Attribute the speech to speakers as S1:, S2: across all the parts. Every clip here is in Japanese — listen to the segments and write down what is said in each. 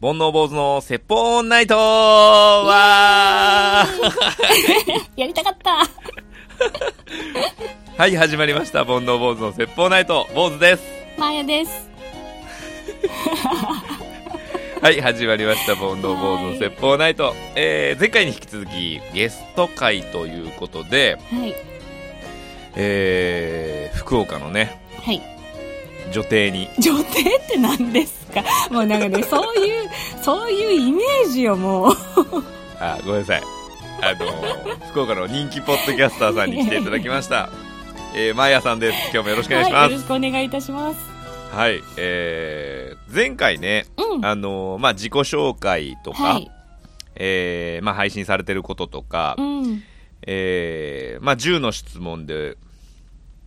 S1: 煩悩坊主の説法オンナイトわ
S2: やりたかった。
S1: ー はい、始まりました。煩悩坊主の説法ナイト、坊主です。
S2: マーヤです。
S1: はい、始まりました。煩悩坊主の説法ナイト。えー、前回に引き続き、ゲスト会ということで、
S2: はい。
S1: えー、福岡のね、
S2: はい。
S1: 女帝に、
S2: 女帝って何ですか もうなんか ね、そういう、そういうイメージをもう。
S1: あ、ごめんなさい。あの ー、福岡の人気ポッドキャスターさんに来ていただきました。えー、マーヤさんです。今日もよろしくお願いし
S2: は
S1: ま
S2: い。よろ
S1: す。
S2: しくお願いいたします。
S1: はい、えー、前回ね、
S2: うん。
S1: あのーまあ、自己紹介とか、
S2: はい。
S1: えーまあ、配信されてることとか、
S2: うん。
S1: えーまあ、10の質問で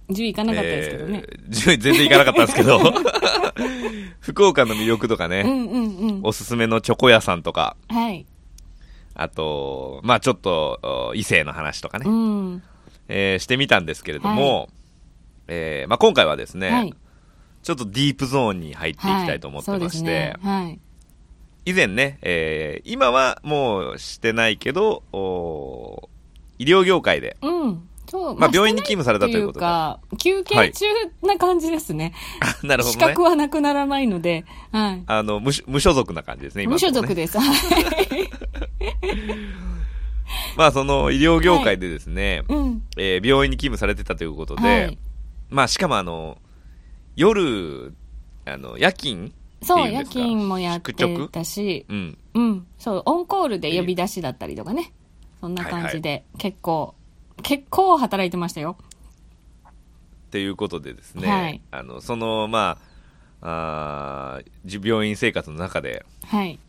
S2: 10いかなかったですけどね。
S1: えー10全然いかなかったんですけど 福岡の魅力とか
S2: う
S1: ね、
S2: んうんうん。
S1: おすすめのチョコ屋さんとか
S2: はい。
S1: あと、まあ、ちょっとお異性の話とかね、
S2: うん。
S1: えーしてみたんですけれども、えーまあ、今回はですね、
S2: はい。
S1: ちょっとディープゾーンに入っていき
S2: はい。
S1: たいと思ってまして、
S2: そうで
S1: 以前ね、えー今はもうしてないけど、おー医療業界で、
S2: すね。はい。うん。そう。
S1: まあ、病院に勤務された
S2: と
S1: と
S2: い
S1: いう
S2: う
S1: ことで。あ
S2: か、休憩中な感じですね。
S1: なるほ
S2: 資
S1: どね
S2: 格。はなくならないので、はい。
S1: あの無所、無所属な感じですね、今
S2: 無
S1: のと
S2: 所
S1: こね
S2: 属です。はい。
S1: まあ、その医療業界でですね、
S2: うん。
S1: えー病院に勤務されてたということで、
S2: はい
S1: まあ、しかもあの、夜、あの、夜勤って
S2: そ、
S1: いうんで
S2: 夜
S1: すか
S2: 勤もやっ
S1: 宿直
S2: てたし、
S1: うん。
S2: うん、そう、オンコールで呼び出しだったりとかね。そんな感じで、結構、結構働いてましたよ。
S1: っていうことでですね、
S2: はい
S1: あの、その、まあ、あーじ病院生活の中で、
S2: はい。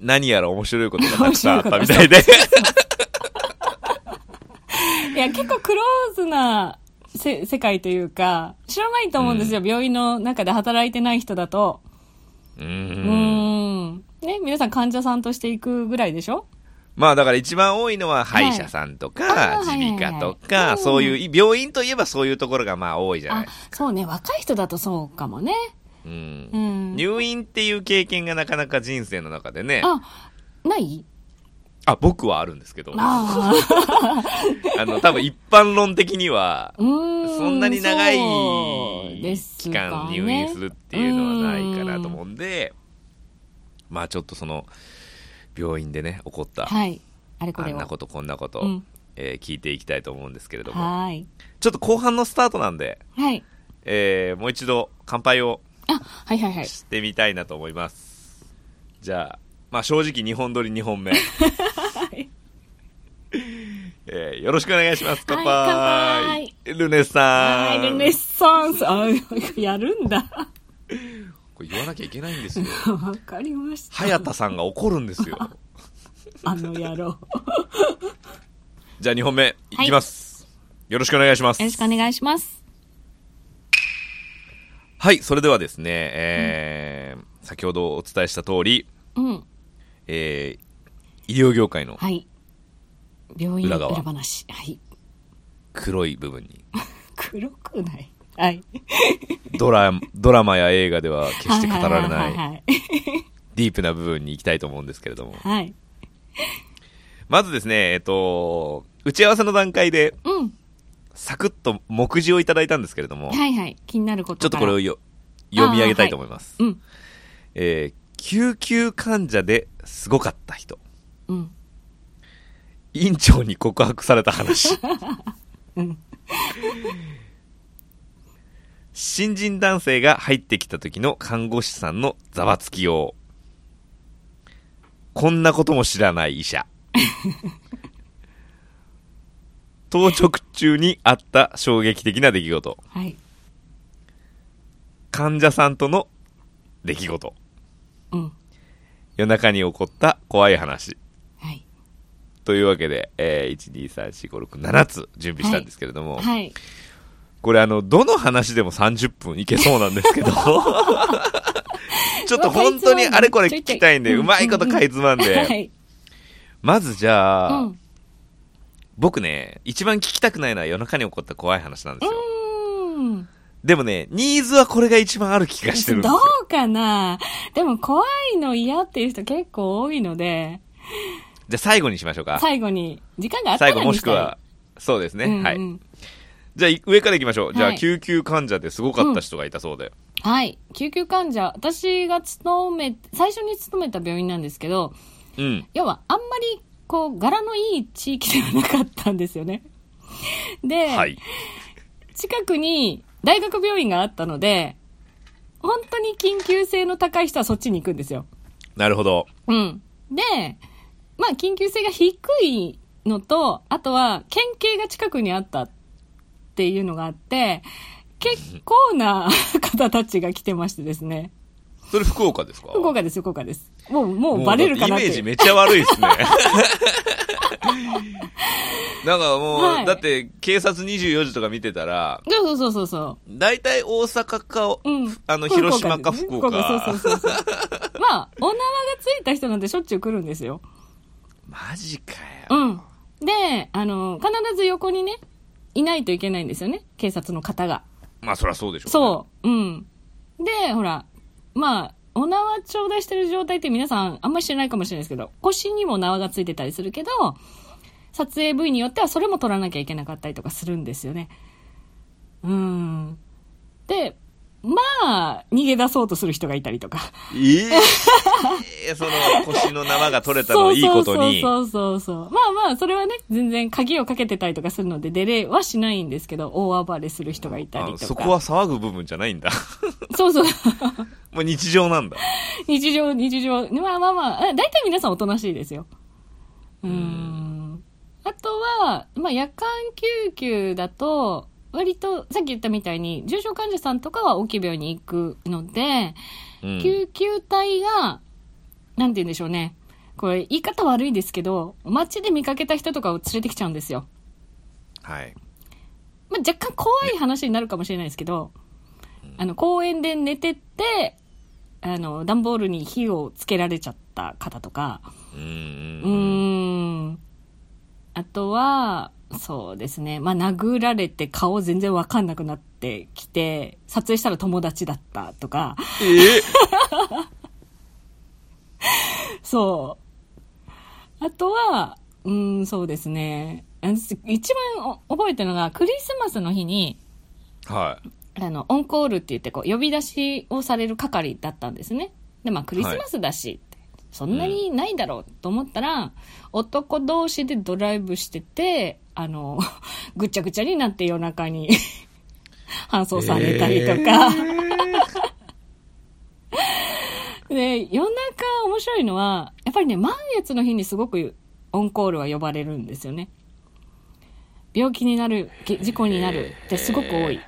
S1: 何やら面白いことがたくさんあったみたいで。
S2: いや、結構クローズなせ世界というか、知らないと思うんですよ、病院の中で働いてない人だと。
S1: う
S2: う
S1: ーん。
S2: ーん。ね、皆さん患者さんとして行くぐらいでしょ
S1: まあだから一番多いのは歯医者さんとか
S2: あ、ー
S1: 耳鼻科と
S2: はいはい
S1: か、
S2: はい
S1: そういう、病院といえばそういうところがまあ多いじゃな
S2: あ
S1: いですか。、
S2: そうね、若い人だとそうかもね。
S1: う。
S2: うんん。
S1: 入院っていう経験がなかなか人生の中でね、
S2: あ、ない
S1: あ、僕はあるんですけど、あ
S2: あ あ。
S1: の、多分一般論的には、
S2: うーん。
S1: そんなに長い
S2: そうです
S1: 期
S2: かね
S1: 間入院するっていうのはないかなと思うんで、まあちょっとその、病院でね、起こった、
S2: はい。あれこ
S1: あ
S2: れ
S1: ん
S2: を。
S1: なことこんなこと、
S2: うん
S1: えー聞いていきたいと思うんですけれども、
S2: はーい。
S1: ちょっと後半のスタートなんで、
S2: はい。
S1: えーもう一度乾杯を
S2: あ、はいはいはい。
S1: してみたいなと思います。じゃあ、まあ正直2本撮り2本目。
S2: はい
S1: えーよろしくお願いします。乾杯。
S2: はい
S1: ルネさ
S2: は
S1: ん。
S2: い、ルネッサンス。あ、やるんだ。
S1: これ言わなきゃいけないんですよ。
S2: わかりました。
S1: 早田さんが怒るんですよ。
S2: あの野郎。よ
S1: じゃあ2本目、いきます。よろしくお願いします。
S2: ろしくお願いします。
S1: はい、それではですね、えー先ほどお伝えした通り、
S2: うん。
S1: えー医療業界の
S2: はい。病院
S1: 裏
S2: 裏
S1: 側
S2: 話。はい。
S1: 黒い部分に、
S2: 黒くないはい。
S1: ドラ、ドラマや映画では決して語られ
S2: はい
S1: ない
S2: はいはいはい。
S1: ディープな部分に行きたいと思うんですけれども。
S2: はい。
S1: まずですね、えっと、打ち合わせの段階で、
S2: うん。
S1: サクッと目次をいただいたんですけれども、
S2: はいはい。気になること
S1: ちょっとこれを
S2: を。
S1: よ読み上げたいと思います。
S2: うん。
S1: えー救急患者ですごかった人。
S2: うん。
S1: 院長に告白された話。
S2: うん。
S1: 新人男性が入ってきた時の看護師さんのざわつきよう。こんなことも知らない医者。 当直中にあった衝撃的な出来事。
S2: はい。
S1: 患者さんとの出来事。
S2: うん。
S1: 夜中に起こった怖い話。
S2: はい。
S1: というわけで、えー、1,2,3,4,5,6,7つ準備したんですけれども、
S2: はい。
S1: これあの、どの話でも30分いけそうなんですけ ど、ちょっと本当にあれこれ聞きたいんで、
S2: うん
S1: うまいことかいつまん
S2: は
S1: で、
S2: い。
S1: まずじゃあ、
S2: うん。
S1: 僕ね、一番聞きたくないのは夜中に起こった怖い話なんですよ。
S2: うーん
S1: でもね、ニーズはこれが一番ある気がしてるんです
S2: ど
S1: よ。
S2: うかなでも怖いの嫌っていう人結構多いので、
S1: じゃあ最後にしましょうか。
S2: 最後に、時間があったら
S1: 最後も
S2: にしたい
S1: しくは、そうですね。
S2: うんうん
S1: はい。じゃあい上から行きましょう。じゃ
S2: は
S1: あ
S2: い
S1: 救急患者ですごかった人がいたそうで。
S2: はい。救急患者、私が勤め、最初に勤めた病院なんですけど、
S1: うん。
S2: 要はあんまり、こう、柄のいい地域ではなかったんですよね。で、
S1: はい。
S2: 近くに大学病院があったので、本当に緊急性の高い人はそっちに行くんですよ。
S1: なるほど。
S2: うん。で、まあ、緊急性が低いのと、あとは、県警が近くにあったっていうのがあって、結構な 方たちが来てましてですね。
S1: それ福岡ですか
S2: 福岡です、福岡です。もう、も
S1: も
S2: う
S1: う
S2: バレるかなっ
S1: イ
S2: てい
S1: メー
S2: う。
S1: ジめっちゃ悪い ですね。なんかもう、
S2: はい
S1: だって警察24時とか見てたら、
S2: そうそうそうそう。
S1: 大体大阪か、
S2: うん、
S1: あの、広島か
S2: ですね
S1: 福岡。
S2: そうそうそ うそう。まあ、お縄がついた人なんてしょっちゅう来るんですよ。
S1: マジか
S2: う
S1: よ。
S2: ん。で、あの、必ず横にね、いないといけないんですよね。警察の方が。
S1: まあそりゃそうでしょ
S2: そう。うん。で、ほら、まあ、お縄頂戴してる状態って皆さんあんまり知らないかもしれないですけど、腰にも縄がついてたりするけど、撮影部位によってはそれも取らなきゃいけなかったりとかするんですよね。うん。で、まあ、逃げ出そうとする人がいたりとか。
S1: う。え えその腰の縄が取れたのをいいことに。
S2: そうそうそうそうそう。まあまあ、それはね、全然鍵をかけてたりとかするので、デレはしないんですけど、大暴れする人がいたりと
S1: あ
S2: か。
S1: そこは騒ぐ部分じゃないんだ。
S2: そうそう。
S1: もう日常なんだ。
S2: 日常、日常。まあまあまあ、え大体皆さんおとなしいですよ。うーん。あとは、まあ夜間救急だと、割と、さっき言ったみたいに、重症患者さんとかは大きい病院に行くので、
S1: うん
S2: 救急隊が、なんて言うんでしょうね。これ、言い方悪いですけど、街で見かけた人とかを連れてきちゃうんですよ。
S1: はい。
S2: まあ、若干怖い話になるかもしれないですけど、あの、公園で寝てって、あの、段ボールに火をつけられちゃった方とか、
S1: うん
S2: う
S1: うんうん。
S2: ーん。あとは、そうですね。まあ、殴られて顔全然わかんなくなってきて、撮影したら友達だったとか、
S1: ええ
S2: そう。あとは、うーん、そうですね。あの一番お覚えてるのが、クリスマスの日に、
S1: はい。
S2: あの、オンコールって言って、こう、呼び出しをされる係だったんですね。で、まあ、クリスマスだし、ってそんなにないだろうと思ったら、男同士でドライブしてて、あの、ぐちゃぐちゃになって夜中に搬送されたりとか。 で、夜中面白いのは、やっぱりね、満月の日にすごくオンコールは呼ばれるんですよね。病気になる、げ事故になるってすごく多い。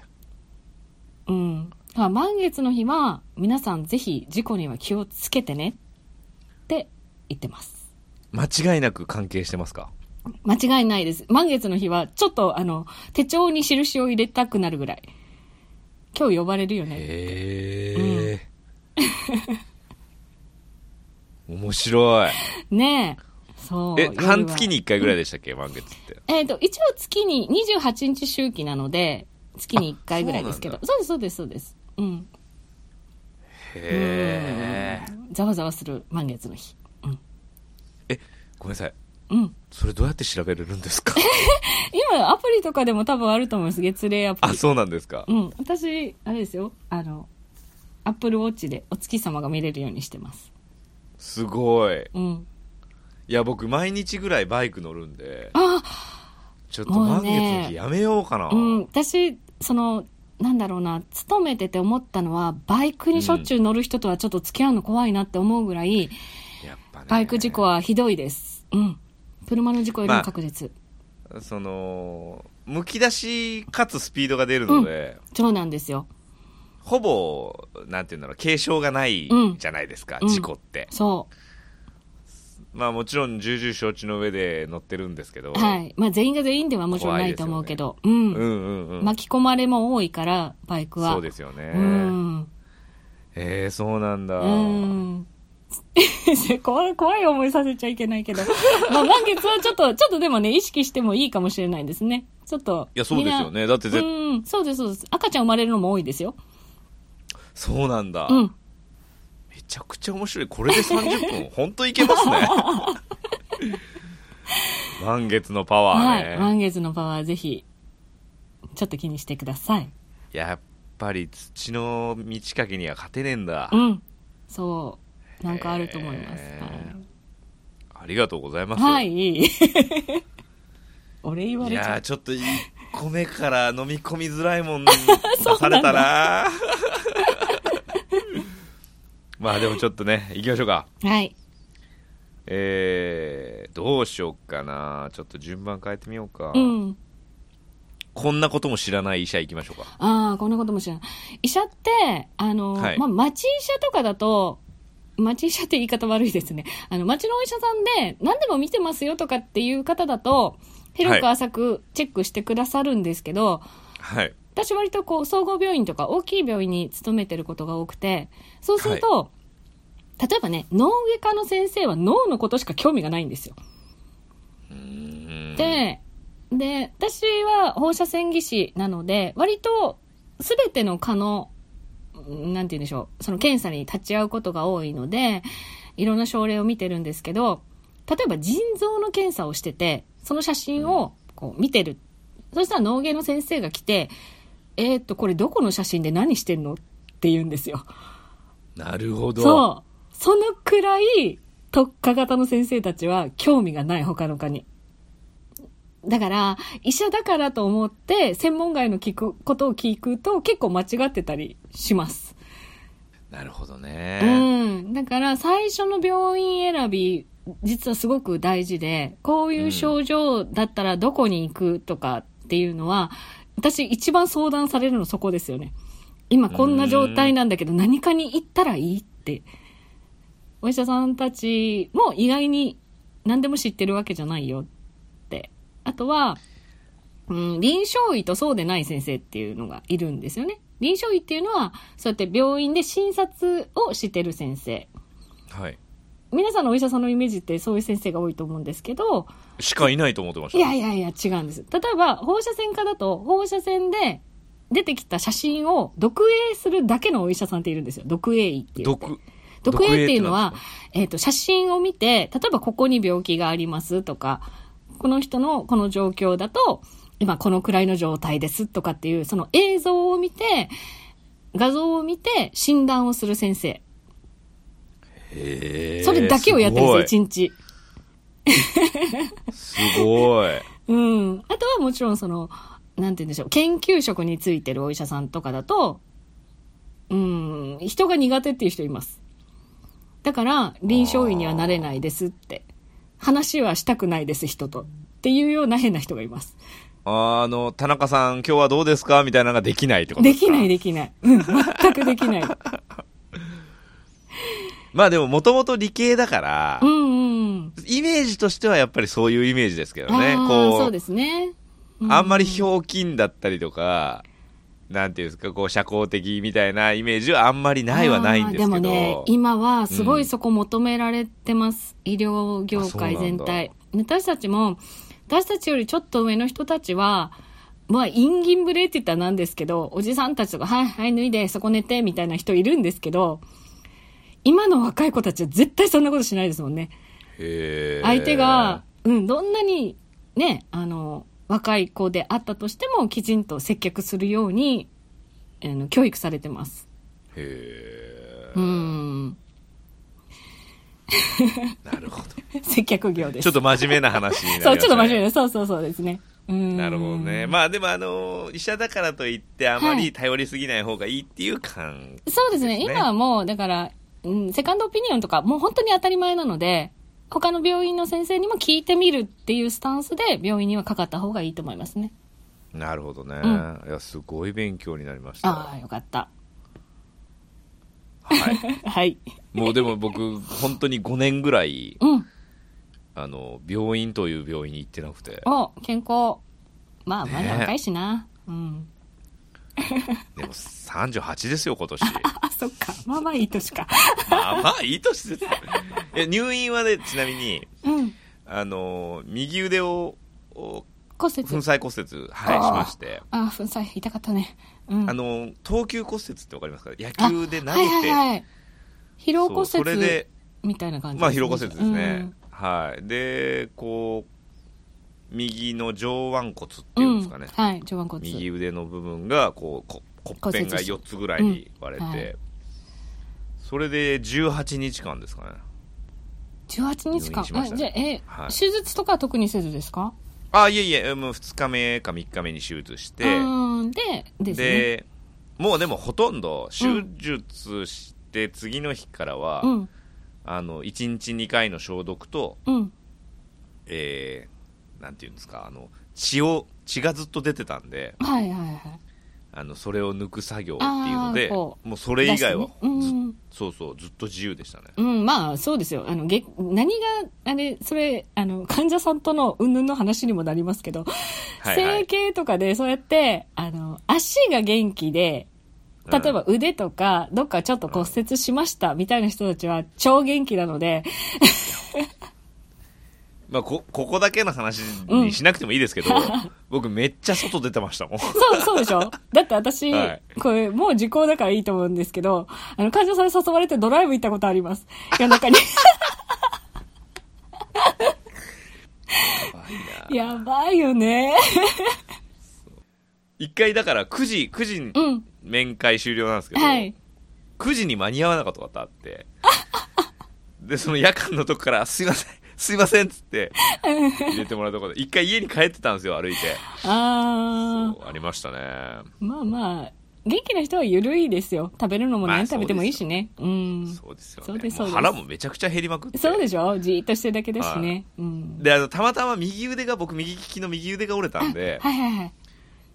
S2: うん。だから満月の日は、皆さんぜひ事故には気をつけてねって言ってます。
S1: 間違いなく関係してますか
S2: 間違いないです。満月の日は、ちょっとあの、手帳に印を入れたくなるぐらい。今日呼ばれるよね。
S1: へえ。面 白い。
S2: ねえ。そう。
S1: え
S2: 夜、は
S1: 半月に1回ぐらいでしたっけ満月って。
S2: えっ、と、一応月に28日周期なので、月に1回ぐらいですけど。そうです、そうです、そうです。うん。
S1: へえ。
S2: ざわざわする満月の日。
S1: え、ごめんなさい。
S2: うん。
S1: それどうやって調べれるんです か
S2: 今、アプリとかでも多分あると思います。月齢アプ
S1: あ、
S2: リ。
S1: そうなんですか
S2: う。ん。私、あれですよ。あの、アップルウォッチでお月様が見れるようにしてます。
S1: すごい。
S2: うん。
S1: いや、僕、毎日ぐらいバイク乗るんで、
S2: あ
S1: ちょっと満月の
S2: もう
S1: 日
S2: ね
S1: やめようかな。
S2: うん。私、その、なんだろうな、勤めてて思ったのは、バイクにしょっちゅう乗る人とはちょっと付き合うの怖いなって思うぐらい、
S1: やっぱね。
S2: バイク事故はひどいです。うん。車の事故よりも確実。
S1: その、むき出しかつスピードが出るので、
S2: そうなんですよ。
S1: ほぼ、なんていうんだろう、軽傷がないじゃないですか、
S2: うん
S1: 事故って。
S2: そ
S1: まあもちろん重々承知の上で乗ってるんですけど、
S2: う。はい。まあ全員が全員ではもちろんないと思うけど、う
S1: う
S2: ん、
S1: んうんうん。
S2: 巻き込まれも多いから、バイクは。
S1: そうですよね。
S2: うん。
S1: えー、そうなんだ。
S2: うん。 怖い、怖い 思いさせちゃいけないけど。まあ満月はちょっと、ちょっとでもね、意識してもいいかもしれないですね。ちょっと。
S1: いや、そうですよね。だって
S2: み
S1: ぜ、
S2: んな。うん、そうです、そうです。赤ちゃん生まれるのも多いですよ。
S1: そうなんだ、
S2: うん。
S1: めちゃくちゃ面白い。これで30分、 本当いけますね。満月のパワ
S2: は
S1: ーね。
S2: い。満月のパワー、ぜひ、ちょっと気にしてください。
S1: やっぱり土の満ち欠けには勝てねえんだ。
S2: うん。そう。なんかあると思います。
S1: へ
S2: はい
S1: ーありがとうございます。
S2: はいい。 俺言われちゃ
S1: やー
S2: う。
S1: ちょっと1個目から飲み込みづらい もん出されたな まあでもちょっとね行きましょうか
S2: はい。
S1: えー、どうしようかなちょっと順番変えてみようか、
S2: うん。
S1: こんなことも知らない医者行きましょうか
S2: ああ、こんなことも知らない。医者って、あの、
S1: はい
S2: まあ、町医者とかだと、町医者って言い方悪いですね。あの、町のお医者さんで、何でも見てますよとかっていう方だと、広く
S1: はい
S2: 浅くチェックしてくださるんですけど、
S1: はい
S2: 私割とこう、総合病院とか大きい病院に勤めてることが多くて、そうすると、例えばね、脳外科の先生は脳のことしか興味がないんですよ。
S1: うーん
S2: で、で、私は放射線技師なので、割と全ての科の、うんなんて言うんでしょう、その検査に立ち会うことが多いので、いろんな症例を見てるんですけど、例えば腎臓の検査をしてて、その写真をこう見てる。そしたら脳芸の先生が来て、えー、っと、これどこの写真で何してんのって言うんですよ。
S1: なるほど
S2: そう。そのくらい、特化型の先生たちは興味がない、他の科に。だから、医者だからと思って、専門外の聞くことを聞くと、結構間違ってたりします。
S1: なるほどね、
S2: うん。だから、最初の病院選び、実はすごく大事で、こういう症状だったらどこに行くとかっていうのは、私一番相談されるのそこですよね。今こんな状態なんだけど、何かに行ったらいいって。お医者さんたちも意外に何でも知ってるわけじゃないよって。あとは、うん、臨床医とそうでない先生っていうのがいるんですよね。臨床医っていうのは、そうやって病院で診察をしてる先生。
S1: はい
S2: 皆さんのお医者さんのイメージってそういう先生が多いと思うんですけど、
S1: しかいないと思ってました
S2: いやいやいや、違うんです。例えば、放射線科だと、放射線で出てきた写真を読影するだけのお医者さんっているんですよ。読影医っていう。
S1: 毒
S2: 毒影っていうの
S1: 毒
S2: は
S1: 影ってなんです、
S2: えっ、と、写真を見て、例えばここに病気がありますとか、この人のこの状況だと、今このくらいの状態ですとかっていう、その映像を見て、画像を見て診断をする先生。
S1: へー
S2: それだけをやってるんです
S1: す
S2: よ、一日。
S1: ごいすごい
S2: うん。あとはもちろんその、なんて言うんでしょう、研究職についてるお医者さんとかだと、うん、人が苦手っていう人います。だから、臨床医にはなれないですって。話はしたくないです、人と。っていうような変な人がいます。
S1: あの、田中さん、今日はどうですかみたいなのができないってこと
S2: です
S1: か
S2: きない、できない。うん、全くで きない。
S1: まあでも、もともと理系だから、
S2: うんうん。
S1: イメージとしてはやっぱりそういうイメージですけどね。
S2: ああ
S1: こう、
S2: そうですね。う
S1: あんまりひょうきんだったりとか、なんていうんですか、こう、社交的みたいなイメージはあんまりないはないんですけど。
S2: あーでもね、今はすごいそこ求められてます。医療業界全体。私たちも、私たちよりちょっと上の人たちは、まあ、インギンブレって言ったらなんですけど、おじさんたちとか、はい、はい、脱いで、そこ寝て、みたいな人いるんですけど、今の若い子たちは絶対そんなことしないですもんね。
S1: へー
S2: 相手が、、うん、どんなにね、あの、若い子であったとしても、きちんと接客するように、あの、教育されてます。
S1: へ
S2: うん。
S1: ーなるほど。
S2: 接客業です。
S1: ちょっと真面目な話になりました、
S2: そう、ちょっと真面目です。そうそうそうですね。うん。
S1: なるほどね。まあでもあの医者だからといってあまり頼りすぎない方がいいっていう感、
S2: そうですね。
S1: ですね
S2: 今はもう、だから、うん、セカンドオピニオンとか、もう本当に当たり前なので、他の病院の先生にも聞いてみるっていうスタンスで、病院にはかかった方がいいと思いますね。
S1: なるほどね。
S2: う
S1: いや、すごい勉強になりました。
S2: ああ、よかった。
S1: はい。
S2: はい。
S1: もうでも僕、本当に5年ぐらい、
S2: うん。
S1: あの、病院という病院に行ってなくて。
S2: お、健康。まあ、ま
S1: ね
S2: だ若いしな。うん。
S1: でも38ですよ、今年。
S2: あ、そっか。まあまあいい年 か。
S1: まあまあ、いい年ですよ。いや入院はね、ちなみに、
S2: うん。
S1: あの、右腕を、を
S2: 骨折
S1: 粉砕骨折、はい、しまして。
S2: ああ粉砕痛かったねうん
S1: あの、投球骨折ってわかりますか野球で投げて、
S2: はいはいはい疲労
S1: そう
S2: 骨
S1: それ
S2: 折
S1: で
S2: みたいな感じ
S1: まあ、疲労骨折です
S2: う
S1: ね
S2: ん。
S1: はい。で、こう、右の上腕骨っていうんですかね。
S2: うんはい上腕骨
S1: 右腕の部分が、こう、こ骨片が4つぐらいに割れ
S2: うんはい
S1: て、それで18日間ですかね。
S2: 18日間
S1: 入院しました
S2: あじゃあえ、
S1: はい
S2: 手術とかは特にせずですか
S1: あ、いえいえ、もう2日目か3日目に手術して、
S2: うんでですね
S1: で、もうでもほとんど手術して次の日からは、
S2: うん
S1: あの1日2回の消毒と、
S2: うん
S1: えーなんていうんですかあの血を血がずっと出てたんで
S2: はいはいはい
S1: あのそれを抜く作業っていうの
S2: あー
S1: で
S2: こ
S1: も
S2: う
S1: うそれ以外は
S2: 出してね
S1: ず
S2: うん
S1: そうそうずっと自由でしたね
S2: うん、まあ、そうですよ。あの、げ、何が、あれ、それ、あの、患者さんとの云々の話にもなりますけど、
S1: はいはい
S2: 整形とかで、そうやって、あの、足が元気で、
S1: うん
S2: 例えば腕とか、どっかちょっと骨折しました、みたいな人たちは、超元気なので、
S1: まあ、こここだけの話にしなくてもいいですけど、 僕めっちゃ外出てました もん
S2: そう、そうでしょだって私、
S1: はい
S2: これ、もう時効だからいいと思うんですけど、あの、患者さんに誘われてドライブ行ったことあります。夜 中に。やばい よね。
S1: 一回だから9時9時に
S2: うん。
S1: 面会終了なんですけど、
S2: はい。
S1: 9時に間に合わなかったことあ って、で、その夜間のとこから、すいません、 すいませんっつって、入れてもらうとこで、一回家に帰ってたんですよ、歩いて。
S2: あー。
S1: そうありましたね。
S2: まあまあ、元気な人は緩いですよ。食べるのも
S1: まあ
S2: 何食べてもいいしね。うん。
S1: そうですよ
S2: そうで
S1: ね。
S2: す
S1: もう
S2: そうです
S1: 腹もめちゃくちゃ減りまくって。
S2: そうでしょじーっとしてるだけだし
S1: は
S2: ね。うん。
S1: であの、たまたま右腕が、僕右利きの右腕が折れたんで、
S2: はいはいはい。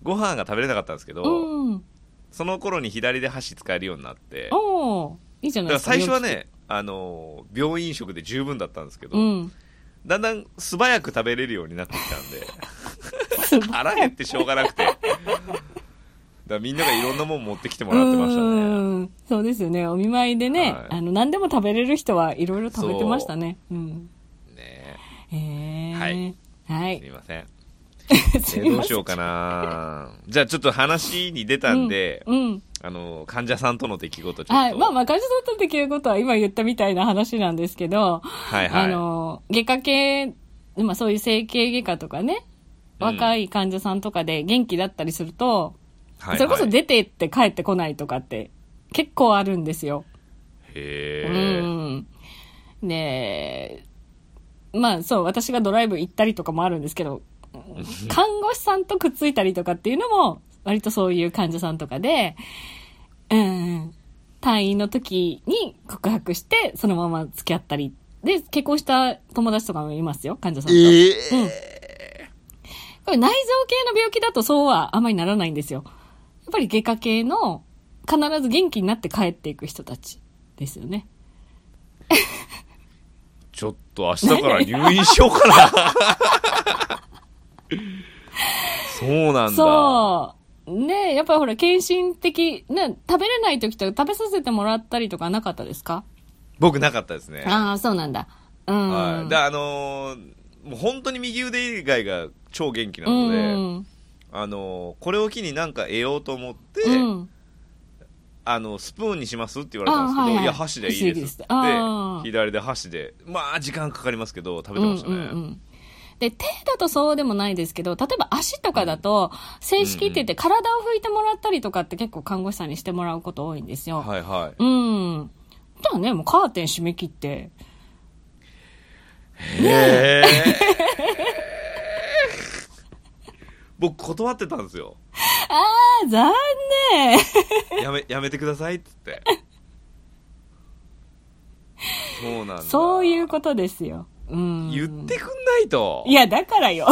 S1: ご飯が食べれなかったんですけど、
S2: うん。
S1: その頃に左で箸使えるようになって、だ
S2: おおいいじゃな
S1: か
S2: いで
S1: ら
S2: すか。
S1: 最初はね、あの、病院食で十分だったんですけど、
S2: 病気。
S1: だんだん素早く食べれるようになってきたんで腹減ってしょうがなくてだからみんながいろんなもん持ってきても
S2: う
S1: らっ
S2: ん。
S1: てましたね
S2: うん。そうですよね。お見舞いでね、
S1: はい
S2: あの、何でも食べれる人はいろいろ食べてましたね。うん。
S1: ね
S2: へえ。
S1: はい。
S2: は
S1: え
S2: い
S1: す。みません、
S2: す
S1: え
S2: み
S1: ど
S2: ま
S1: う
S2: せ
S1: し
S2: ん
S1: ようかなじゃあちょっと話に出たんで、
S2: うん。
S1: あの患者さんとの出来事ちょっと、
S2: はい。まあまあ、感じ取ったっていうことは今言ったみたいな話なんですけど、
S1: はいはい
S2: あの、外科系、まあそういう整形外科とかね、
S1: うん
S2: 若い患者さんとかで元気だったりすると、
S1: はいはい
S2: それこそ出て行って帰ってこないとかって結構あるんですよ。
S1: へえ、
S2: うん。で、まあそう、私がドライブ行ったりとかもあるんですけど、看護師さんとくっついたりとかっていうのも、割とそういう患者さんとかで、うん、退院の時に告白して、そのまま付き合ったり。で、結婚した友達とかもいますよ、患者さんと。
S1: え
S2: うんこれ内臓系の病気だとそうはあまりならないんですよ。やっぱり外科系の必ず元気になって帰っていく人たちですよね。
S1: ちょっと明日から入院しようかなそうなんだ
S2: そう。ねえやっぱりほら、献身的、ね、食べれない時とか食べさせてもらったりとかなかったですか
S1: 僕なかったですね
S2: ああ、そうなんだ。うん。
S1: はい。で、あのーもう本当に右腕以外が超元気な
S2: う
S1: ので、
S2: ん。
S1: あのーこれを機になんか得ようと思って、
S2: うん。
S1: あの、スプーンにしますって言われたんですけど、
S2: あはい
S1: い
S2: はい
S1: や、箸でいいですって言って
S2: あー
S1: 左で箸で、まあ、時間かかりますけど、食べ
S2: う
S1: て
S2: ん
S1: ましたね。
S2: うんうんで、手だとそうでもないですけど、例えば足とかだと、正式って言って体を拭いてもらったりとかって結構看護師さんにしてもらうこと多いんですよ。
S1: はいはい。
S2: うん。じゃあね、もうカーテン閉め切って。
S1: へー 僕断ってたんですよ。
S2: あー、残念
S1: やめ、やめてくださいっつって。そうなんだ。
S2: そういう
S1: と。
S2: ことですよ。うん。
S1: 言ってくんないと。
S2: いや、だからよ。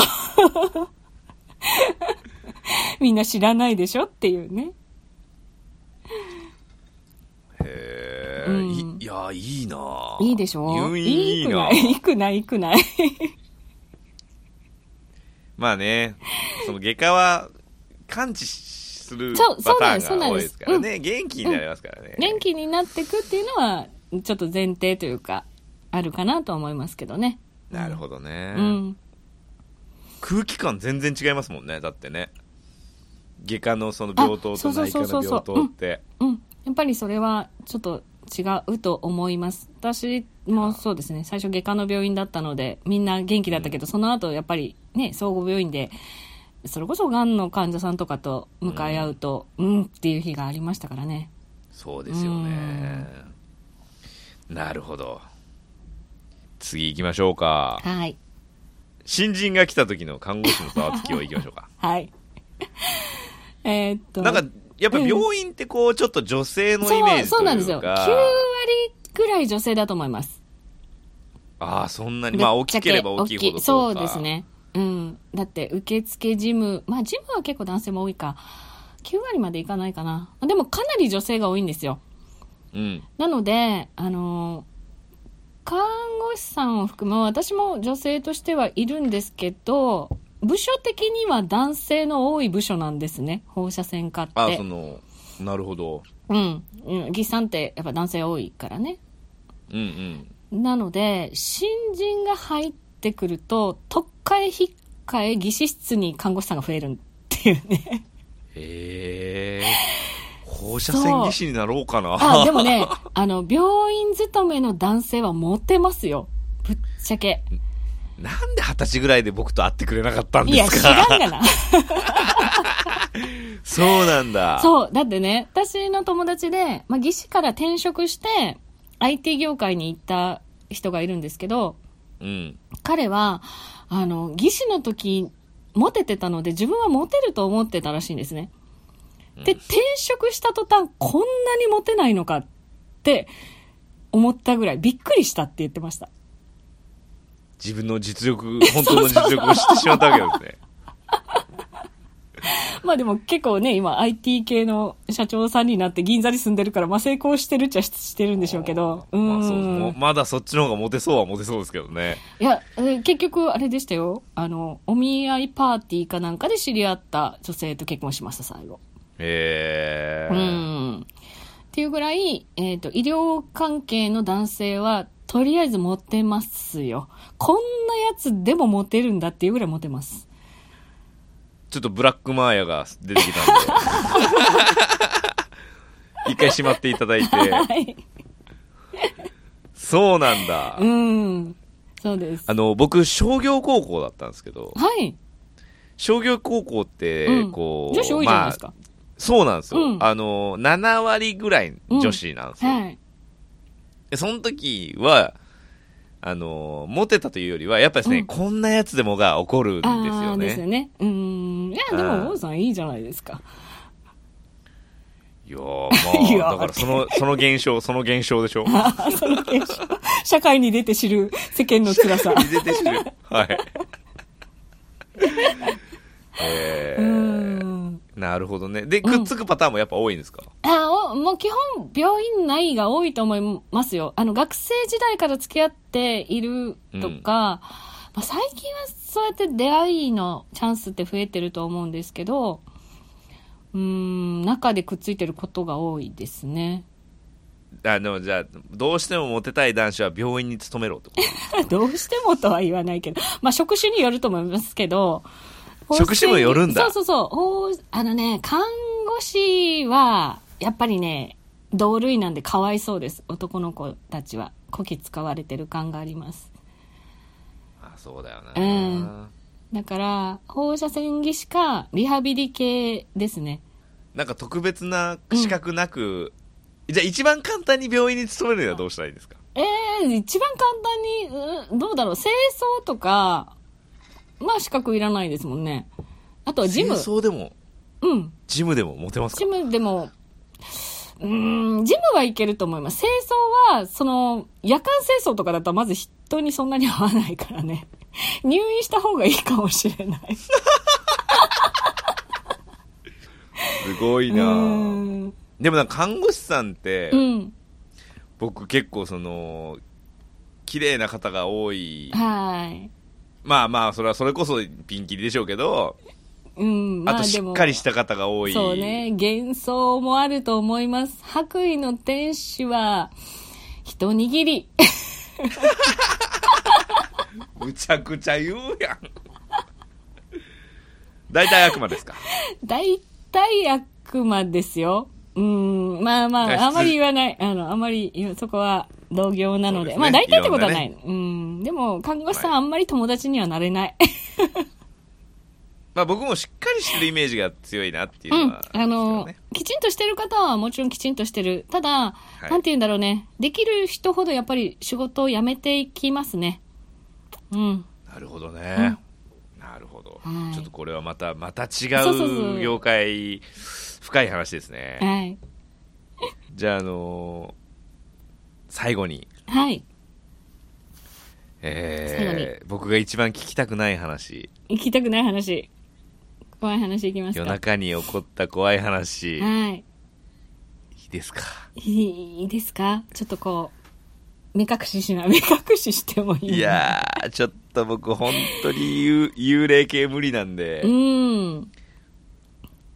S2: みんな知らないでしょっていうね。
S1: へえ、
S2: うん
S1: いいやいいなあ
S2: いいでしょ
S1: 入院いいなあ
S2: いくない、いくない、いくない。
S1: まあねその外科は完治する
S2: そう
S1: パ
S2: そう
S1: タ
S2: なん
S1: ー
S2: ですそう
S1: ンが
S2: な
S1: 多
S2: んで
S1: いですからね、元
S2: す
S1: 気になりますからね、
S2: 元気になってくっていうのは、ちょっと前提というか、あるかなとは思いますけどね。
S1: なるほどね、
S2: うん。
S1: 空気感全然違いますもんねだってね外科のその病棟
S2: あそ
S1: と
S2: うそう
S1: 内科
S2: そうそ
S1: の
S2: うそう
S1: 病棟って
S2: うん。やっぱりそれはちょっと違うと思います。私もそうですね、最初外科の病院だったので、みんな元気だったけど、その後やっぱりね、総合病院で、それこそがんの患者さんとかと向かい合うと、うん、っていう日がありましたからね。
S1: そうですよねなるほど次行きましょうか
S2: はい。
S1: 新人が来た時の看護師のざわつきを行きましょう か
S2: はい。えーっと。
S1: なんかやっぱ病院ってこうちょっと女性のイメージというか
S2: そう、そうなんですよ。9割くらい女性だと思います。
S1: ああそんなにまあ
S2: ぶっ
S1: 大
S2: ちゃ
S1: きければ大きいほど
S2: そう
S1: か
S2: ですねうんだって受付事務まあ事務は結構男性も多いか9割までいかないかなでもかなり女性が多いんですよ
S1: うん
S2: なのであの看護師さんを含む私も女性としてはいるんですけど部署的には男性の多い部署なんですね放射線科って
S1: ああそのなるほど
S2: うん、うん、技師さんってやっぱ男性多いからね
S1: うんうん
S2: なので、新人が入ってくると、特会、引っかえ、技師室に看護師さんが増えるっていうね。
S1: へえ 放射線技師になろうかな
S2: あ、でもね、あの、病院勤めの男性はモテますよ。ぶっちゃけ。
S1: なんで二十歳ぐらいで僕と会ってくれなかったん
S2: い
S1: で
S2: や、
S1: す
S2: 知
S1: から
S2: んがな。
S1: そうなんだ。
S2: そう。だってね、私の友達で、まあ、技師から転職して、IT 業界に行った人がいるんですけど、
S1: うん。
S2: 彼は、あの、技師の時、モテてたので、自分はモテると思ってたらしいんですね。で、転職した途端、こんなにモテないのかって思ったぐらい、びっくりしたって言ってました。
S1: 自分の実力、本当の実力を知ってしまったわけですね。
S2: まあでも結構ね、今 IT 系の社長さんになって銀座に住んでるから、まあ成功してるっちゃしてるんでしょうけど。う。
S1: まあそうもうんまだそっちの方がモテそうはモテそうですけどね。
S2: いや、えー結局あれでしたよ。あの、お見合いパーティーかなんかで知り合った女性と結婚しました、最後。
S1: へえ
S2: う。ん。っていうぐらい、えっ、と、医療関係の男性は、とりあえずモテますよ。こんなやつでもモテるんだっていうぐらいモテます。
S1: ちょっとブラックマーヤが出てき たんで。一回しまっていただいて。
S2: はい。
S1: そうなんだ
S2: う。ん。そうです。
S1: あの、僕、商業高校だったんですけど、
S2: はい。
S1: 商業高校って
S2: うん、
S1: こう、
S2: 女子多いじゃないですか。
S1: まあそうなんですよ。
S2: うん
S1: あの、7割ぐらい女子なんですよ。
S2: はい。
S1: で、その時は、あのーモテたというよりは、やっぱりですね、
S2: うん
S1: こんなやつでもが起こるんです
S2: あ
S1: よ
S2: あ、ですよ
S1: ね。
S2: ね。うん。いや、で
S1: あー
S2: も、王さんいいじゃないですか。
S1: いやー、
S2: いや
S1: まあ、
S2: ー
S1: だからその、その現象、その現象でしょ
S2: あその現象社会に出て知る世間の 辛さ。
S1: 出て知る。 はい。え
S2: う
S1: ー、
S2: ん。
S1: なるほどね。で、くっつくパターンもやっぱ多いんですか、
S2: あおもう基本、病院内が多いと思いますよ。あの、学生時代から付き合っている
S1: う
S2: とか、
S1: ん
S2: まあ、最近はそうやって出会いのチャンスって増えてると思うんですけど、うーん、中でくっついてることが多いですね。
S1: あの、じゃあ、どうしてもモテたい男子は病院に勤めろってこと
S2: どうしてもとは言わないけど、まあ、職種によると思いますけど、
S1: 職種もよるんだ
S2: そうそうそうほう。あのね、看護師は、やっぱりね、同類なんでかわいそうです。男の子たちは。こき使われてる感があります。
S1: あ、そうだよな、
S2: うんだから、放射線技師か、リハビリ系ですね。
S1: なんか特別な資格なく、じゃあ一番簡単に病院に勤めるにはどうしたらいいんですか
S2: ええ一番簡単に、うんどうだろう、清掃とか、まあ資格いらないですもんね。あとはジム。
S1: そうでも、
S2: うん。
S1: ジムでもモテますか
S2: ジムでも、うーん、ジムはいけると思います。清掃は、その、夜間清掃とかだとまず人にそんなに合わないからね。 入院した方がいいかもしれない。
S1: すごいな
S2: う
S1: ぁ
S2: ん。
S1: でもなんか看護師さんって、
S2: うん。
S1: 僕結構その、綺麗な方が多い。
S2: はい。
S1: まあまあ、それはそれこそピンキリでしょうけど、
S2: うん。
S1: あとしっかりした方が多い。
S2: そうね。幻想もあると思います。白衣の天使は、一握り。
S1: むちゃくちゃ言うやん。大体悪魔ですか。
S2: 大体悪魔ですよ。うーん、まあま
S1: はい
S2: あ、あまり言わない。あの、あまり言う、そこは同業なので。
S1: そうですね
S2: まあ大体ってことはない。
S1: い
S2: うん。でも、看護師さん
S1: はい
S2: あんまり友達にはなれない。
S1: まあ僕もしっかりしてるイメージが強いなっていう
S2: う
S1: の
S2: ん
S1: は、りますけどね、
S2: あの、きちんとしてる方はもちろんきちんとしてる。ただ、
S1: い
S2: なんて言うんだろうね。できる人ほどやっぱり仕事を辞めていきますね。うん。
S1: なるほどね、なるほど、
S2: はい
S1: ちょっとこれはまたまた違
S2: そうそうそう
S1: う業界深い話ですね
S2: はい。
S1: じゃああのー最後に,、
S2: はい。最
S1: えー僕が一番聞きたくない話
S2: 行きたくない話。怖い話いきます
S1: 夜
S2: か。
S1: 中に起こった怖い話、い
S2: はい。
S1: いですか
S2: いいですかちょっとこう、目隠ししない。目 隠ししてもいい
S1: いやーちょっと僕本当に幽幽霊系無理なんで、
S2: うん。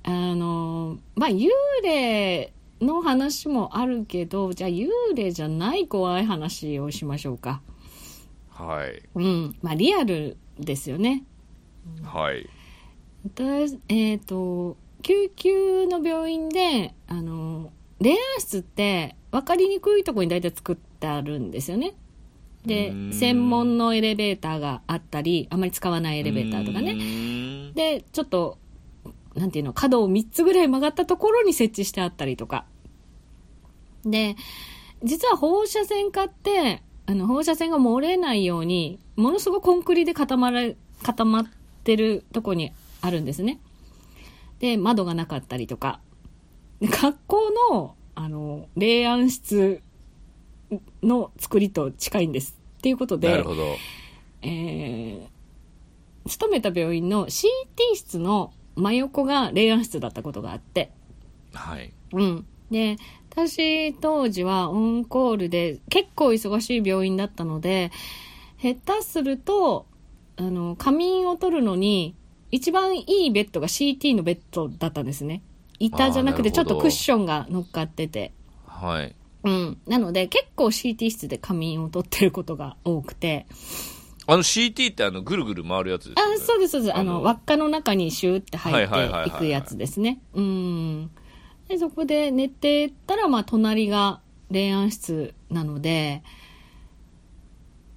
S2: あの、まあ、幽霊の話もあるけど、じゃあ幽霊じゃない怖い話をしましょうか。
S1: はい
S2: うん。まあ、リアルですよね。
S1: はい
S2: 私、えっ、と、救急の病院で、あの、霊安室って分かりにくいとこに大体作ってあるんですよね。で
S1: うーん、
S2: 専門のエレベーターがあったり、あまり使わないエ
S1: エ
S2: レベーターとかね。
S1: ね
S2: でちょっとなんていうの角を3つぐらい曲がったところに設置してあったりとかで実は放射線科ってあの放射線が漏れないようにものすごくコンクリで固まら固まってるとこにあるんですねで窓がなかったりとかで学校のあの霊安室の作りと近いんですっていうことで
S1: なるほど
S2: えー勤めた病院の CT 室の真横が霊安室だったことがあって、
S1: はい
S2: うん。で、私当時はオンコールで結構忙しい病院だったので、下手すると、あの、仮眠を取るのに、一番いいベッドが CT のベッドだったんですね。板じゃなくて
S1: あー
S2: ち
S1: な
S2: ょ
S1: る
S2: っ
S1: ほど
S2: とクッションが乗っかってて。
S1: はい
S2: うん。なので結構 CT 室で仮眠を取ってることが多くて。
S1: あの CT ってあのぐるぐる回るやつですよね
S2: あ、そうです、そうです。あ
S1: あ
S2: の、
S1: の
S2: 輪っかの中にシューって入
S1: はいはいはいは
S2: っ
S1: い
S2: ていくやつですね。うん。で、そこで寝てたら、まあ、隣が霊安室なので、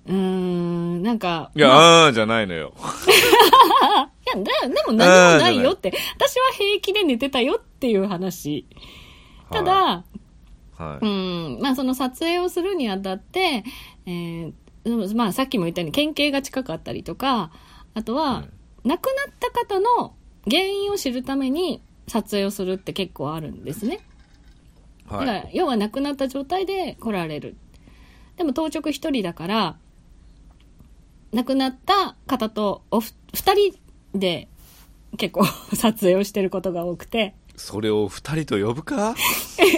S2: うーん、なんか、
S1: いや、
S2: まあ
S1: あーじゃないのよ。
S2: いやだでも何もな
S1: うんじゃない
S2: いよって、私は平気で寝てたよっていう話。ただ、
S1: はいうはい
S2: ん、まあその撮影をするにあたって、えーうんまあさっきも言ったように県警が近かったりとか、あとは、亡くなった方の原因を知るために撮影をするって結構あるんですね。
S1: はい
S2: だから、要は亡くなった状態で来られる。でも当直一人だから、亡くなった方とおふ二人で結構撮影をしてることが多くて。
S1: それを二人と呼ぶか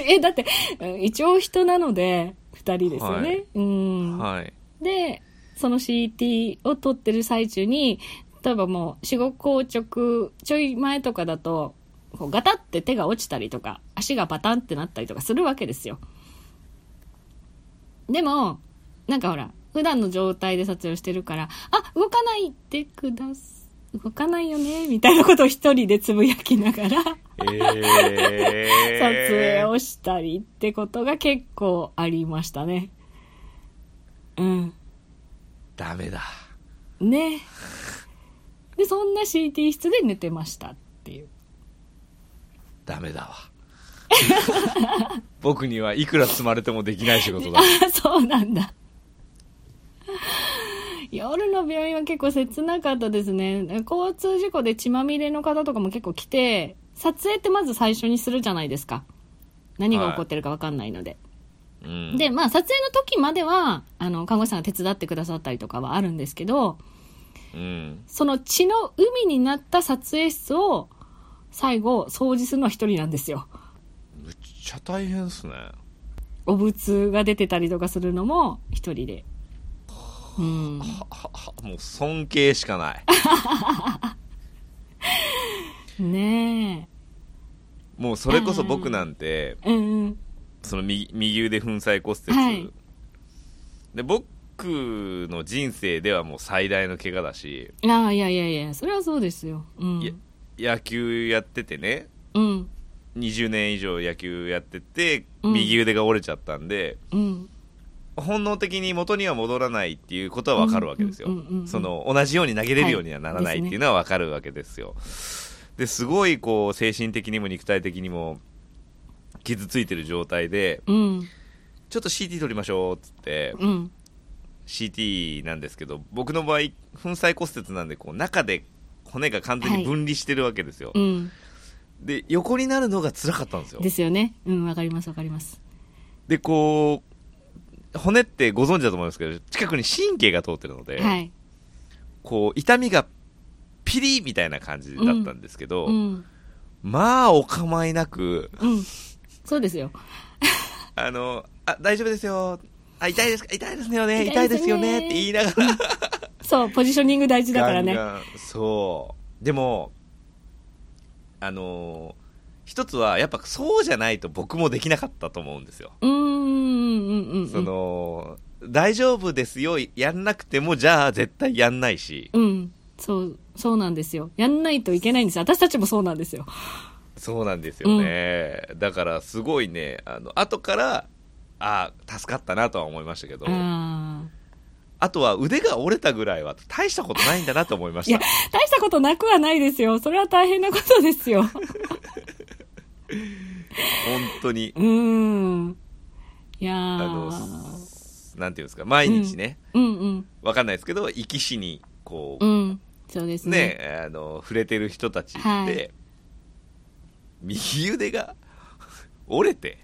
S2: え、だって、うん一応人なので、二人ですよね。
S1: はい
S2: うん。
S1: はい。
S2: で、その CT を撮ってる最中に、例えばもう死後硬直ちょい前とかだと、こうガタって手が落ちたりとか、足がバタンってなったりとかするわけですよ。でも、なんかほら、普段の状態で撮影をしてるから、あ、動かないってくだす。動かないよね、みたいなことを一人でつぶやきながら、
S1: え
S2: 撮
S1: ー、
S2: 影をしたりってことが結構ありましたね。うん。
S1: ダメだ。
S2: ねでそんな CT 室で寝てましたっていう
S1: ダメだわ。僕にはいくら積まれてもできない仕事だ。
S2: あ そうなんだ夜の病院は結構切なかったですね交通事故で血まみれの方とかも結構来て撮影ってまず最初にするじゃないですか何が起こってるか分かんないので、
S1: うん、
S2: で、まあ、撮影の時までは、あの、看護師さんが手伝ってくださったりとかはあるんですけど、
S1: うん。
S2: その血の海になった撮影室を、最後、掃除するのは一人なんですよ。
S1: むっちゃ大変っすね。
S2: お仏が出てたりとかするのも一人で。うん。
S1: はははもう尊敬しか ない。
S2: ね
S1: もうそれこそ僕なんて、
S2: え。うんうん。
S1: その右右腕粉砕骨折、
S2: はい
S1: で、僕の人生ではもう最大の怪我だし、
S2: ああ、いやいやいや、それはそうですよ。うん。
S1: いや野球やっててね
S2: うん
S1: 20年以上野球やってて
S2: うん
S1: 右腕が折れちゃったんで、
S2: うん
S1: 本能的に元には戻らないっていうことはわかるわけですよ
S2: うんうんうんうん
S1: その同じように投げれるようにはならないっていうのはわかるわけですよですごいこう精神的にも肉体的にも傷ついてる状態で
S2: うん
S1: ちょっと CT 取りましょうっつって
S2: うん
S1: CT なんですけど僕の場合粉砕骨折なんでこう中で骨が完全に分離してるわけですよ、
S2: うん
S1: で横になるのが辛かったんですよ
S2: ですよねうんわかりますわかります
S1: でこう骨ってご存知だと思いますけど近くに神経が通ってるので、
S2: はい
S1: こう痛みがピリみたいな感じだったんですけど、
S2: うん
S1: まあお構いなく
S2: うんそうですよ
S1: あのあ大丈夫ですよあ痛いですか痛いですよね
S2: 痛
S1: 痛
S2: い
S1: い
S2: で
S1: ですす
S2: よ
S1: よね
S2: ね
S1: って言い ながら
S2: そうポジショニング大事だからね
S1: ガンガンそうでもあのー一つはやっぱそうじゃないと僕もできなかったと思うんですよ、
S2: うんうんうんうんうん
S1: その大丈夫ですよやんなくてもじゃあ絶対やんないし
S2: うんそうそうなんですよやんないといけないんですよ私たちもそうなんですよ
S1: そうなんですよね、だからすごいねあの後からああ助かったなとは思いましたけどあ
S2: ああ
S1: とは腕が折れたぐらいは大したことないんだなと思いま
S2: い
S1: し
S2: や
S1: た、
S2: 大したことなくはないですよ。それは大変なことで すよ。
S1: 本当に
S2: うーん。いやー
S1: あのなんていうんですか毎日ね、
S2: うんうん。
S1: わかんないですけど生き死にこう
S2: うん。そうですね。
S1: ね、あの触れてる人たちって、
S2: はい
S1: 右腕が 折れて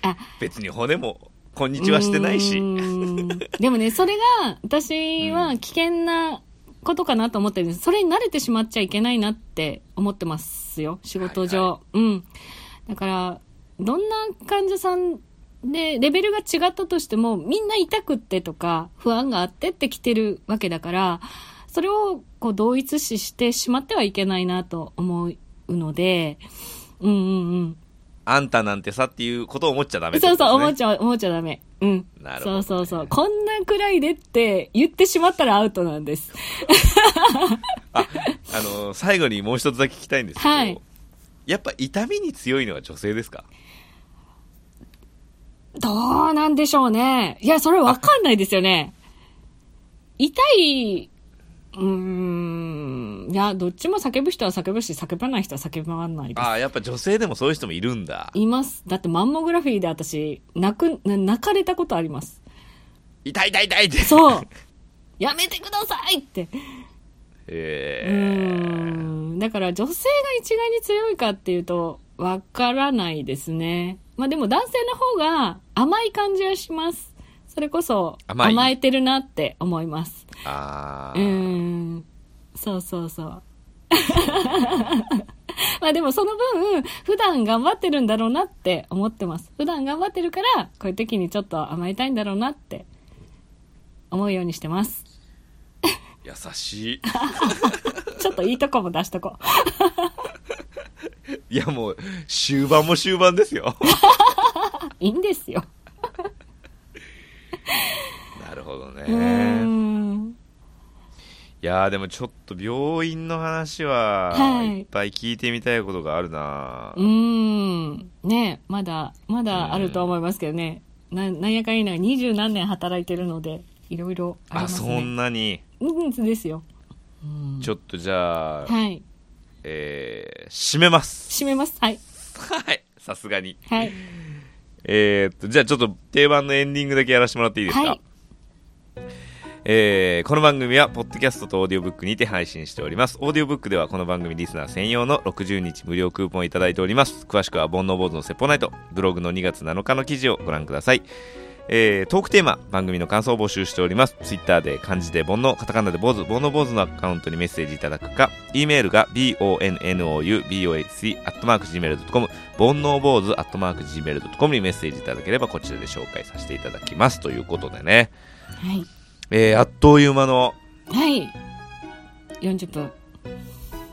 S2: あ
S1: 別に骨もこんにちはしてないし
S2: うーんでもね、それが、私は危険なことかなと思ってるんです。それに慣れてしまっちゃいけないなって思ってますよ。仕事上。うん。だから、どんな患者さんで、レベルが違ったとしても、みんな痛くってとか、不安があってって来てるわけだから、それをこう同一視してしまってはいけないなと思うので、うんうんうん。
S1: あんたなんてさっていうことを思っちゃダメ
S2: そうそう、思っ
S1: ち
S2: ちゃ、思っちゃダメ。うん。
S1: なるほどね
S2: そうそうそう。こんなくらいでって言ってしまったらアウトなんです。
S1: ああの最後にもう一つだけ聞きたいんですけど、
S2: はい
S1: やっぱ痛みに強いのは女性ですか
S2: どうなんでしょうね。いや、それわかんないですよね。痛い、うーん、いや、どっちも叫ぶ人は叫ぶし、叫ばない人は叫ばないです。
S1: ああやっぱ女性でもそういう人もいるんだ
S2: います。だってマンモグラフィーで私、泣く、な泣かれたことあります。
S1: 痛い痛い痛いって
S2: そう やめてくださいって。う
S1: ええ
S2: ーんだから女性が一概に強いかっていうとわからないですね。まあでも男性の方が甘い感じはします。それこそ
S1: 甘い
S2: 甘えてるなって思います。
S1: あ
S2: う
S1: ー
S2: ーん。そうそうそう。 まあでもその分、普段頑張ってるんだろうなって思ってます。普段頑張ってるから、こういう時にちょっと甘えたいんだろうなって思うようにしてます。
S1: 優しい
S2: ちょっといいとこも出しとこう。
S1: いやもう終盤も終盤です よ
S2: いいんですよ。
S1: なるほどね
S2: うーん
S1: いやーでもちょっと病院の話は
S2: はい
S1: いっぱい聞いてみたいことがあるな、
S2: うーん。ねえまだ、まだあるとは思いますけどね。ななんやかんやな二十何年働いてるので、いろいろあり
S1: あ
S2: ます
S1: そ
S2: ね。
S1: んなに
S2: うん、ですよ。うん
S1: ちょっとじゃあ、
S2: はい。
S1: えー、締め ます
S2: 閉めます。はい。
S1: はいさすがに
S2: はい。
S1: えー、っとじゃあちょっと定番のエンディングだけやらせてもらっていいですか、
S2: はい
S1: えーこの番組はポッドキャストとオーディオブックにて配信しておりますオーディオブックではこの番組リスナー専用の60日無料クーポンをいただいております詳しくは煩悩坊主のセポナイトブログの2月7日の記事をご覧くださいえートークテーマ番組の感想を募集しておりますツイッターで漢字で煩悩カタカナで坊主煩悩坊主のアカウントにメッセージいただくか e メールが bonoubose.gmail.com 煩悩坊主 .gmail.com にメッセージいただければこちらで紹介させていただきますということでね
S2: はい。
S1: えーあっという間の
S2: はい。40分。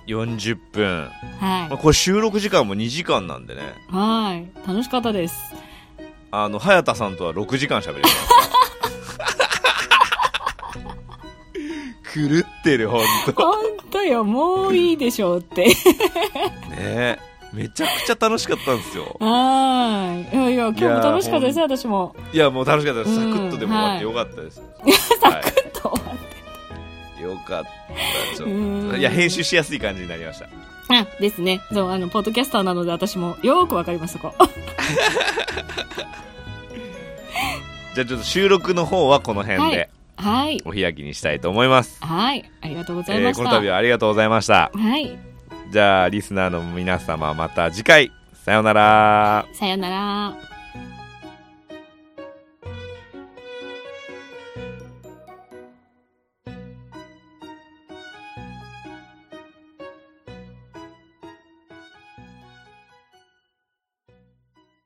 S1: 40分、まあ、
S2: は
S1: これ収録時間も2時間なんでね
S2: い。はい。楽しかったです。
S1: あの早田さんとは6時間喋れるく狂ってる本当
S2: 本当よもういいでしょうって
S1: ねめちゃくちゃ楽しかったんですよ
S2: ああいやいや今日も楽しかったで
S1: い
S2: す私も
S1: いやもう楽しかったですサク
S2: うん
S1: ッとでも終わってよかったです、
S2: サクッと終わっ
S1: はい、よかったちょっと
S2: うん
S1: いや編集しやすい感じになりました
S2: あですねそうあのポッドキャスターなので私もよーくわかりますそこ
S1: じゃあちょっと収録の方はこの辺で
S2: はい
S1: お開きにしたいと思います、
S2: はいありがとうござい
S1: え
S2: ま
S1: ー
S2: した、
S1: この度はありがとうございました
S2: はい
S1: じゃあリスナーの皆様また次回さようなら
S2: さよなら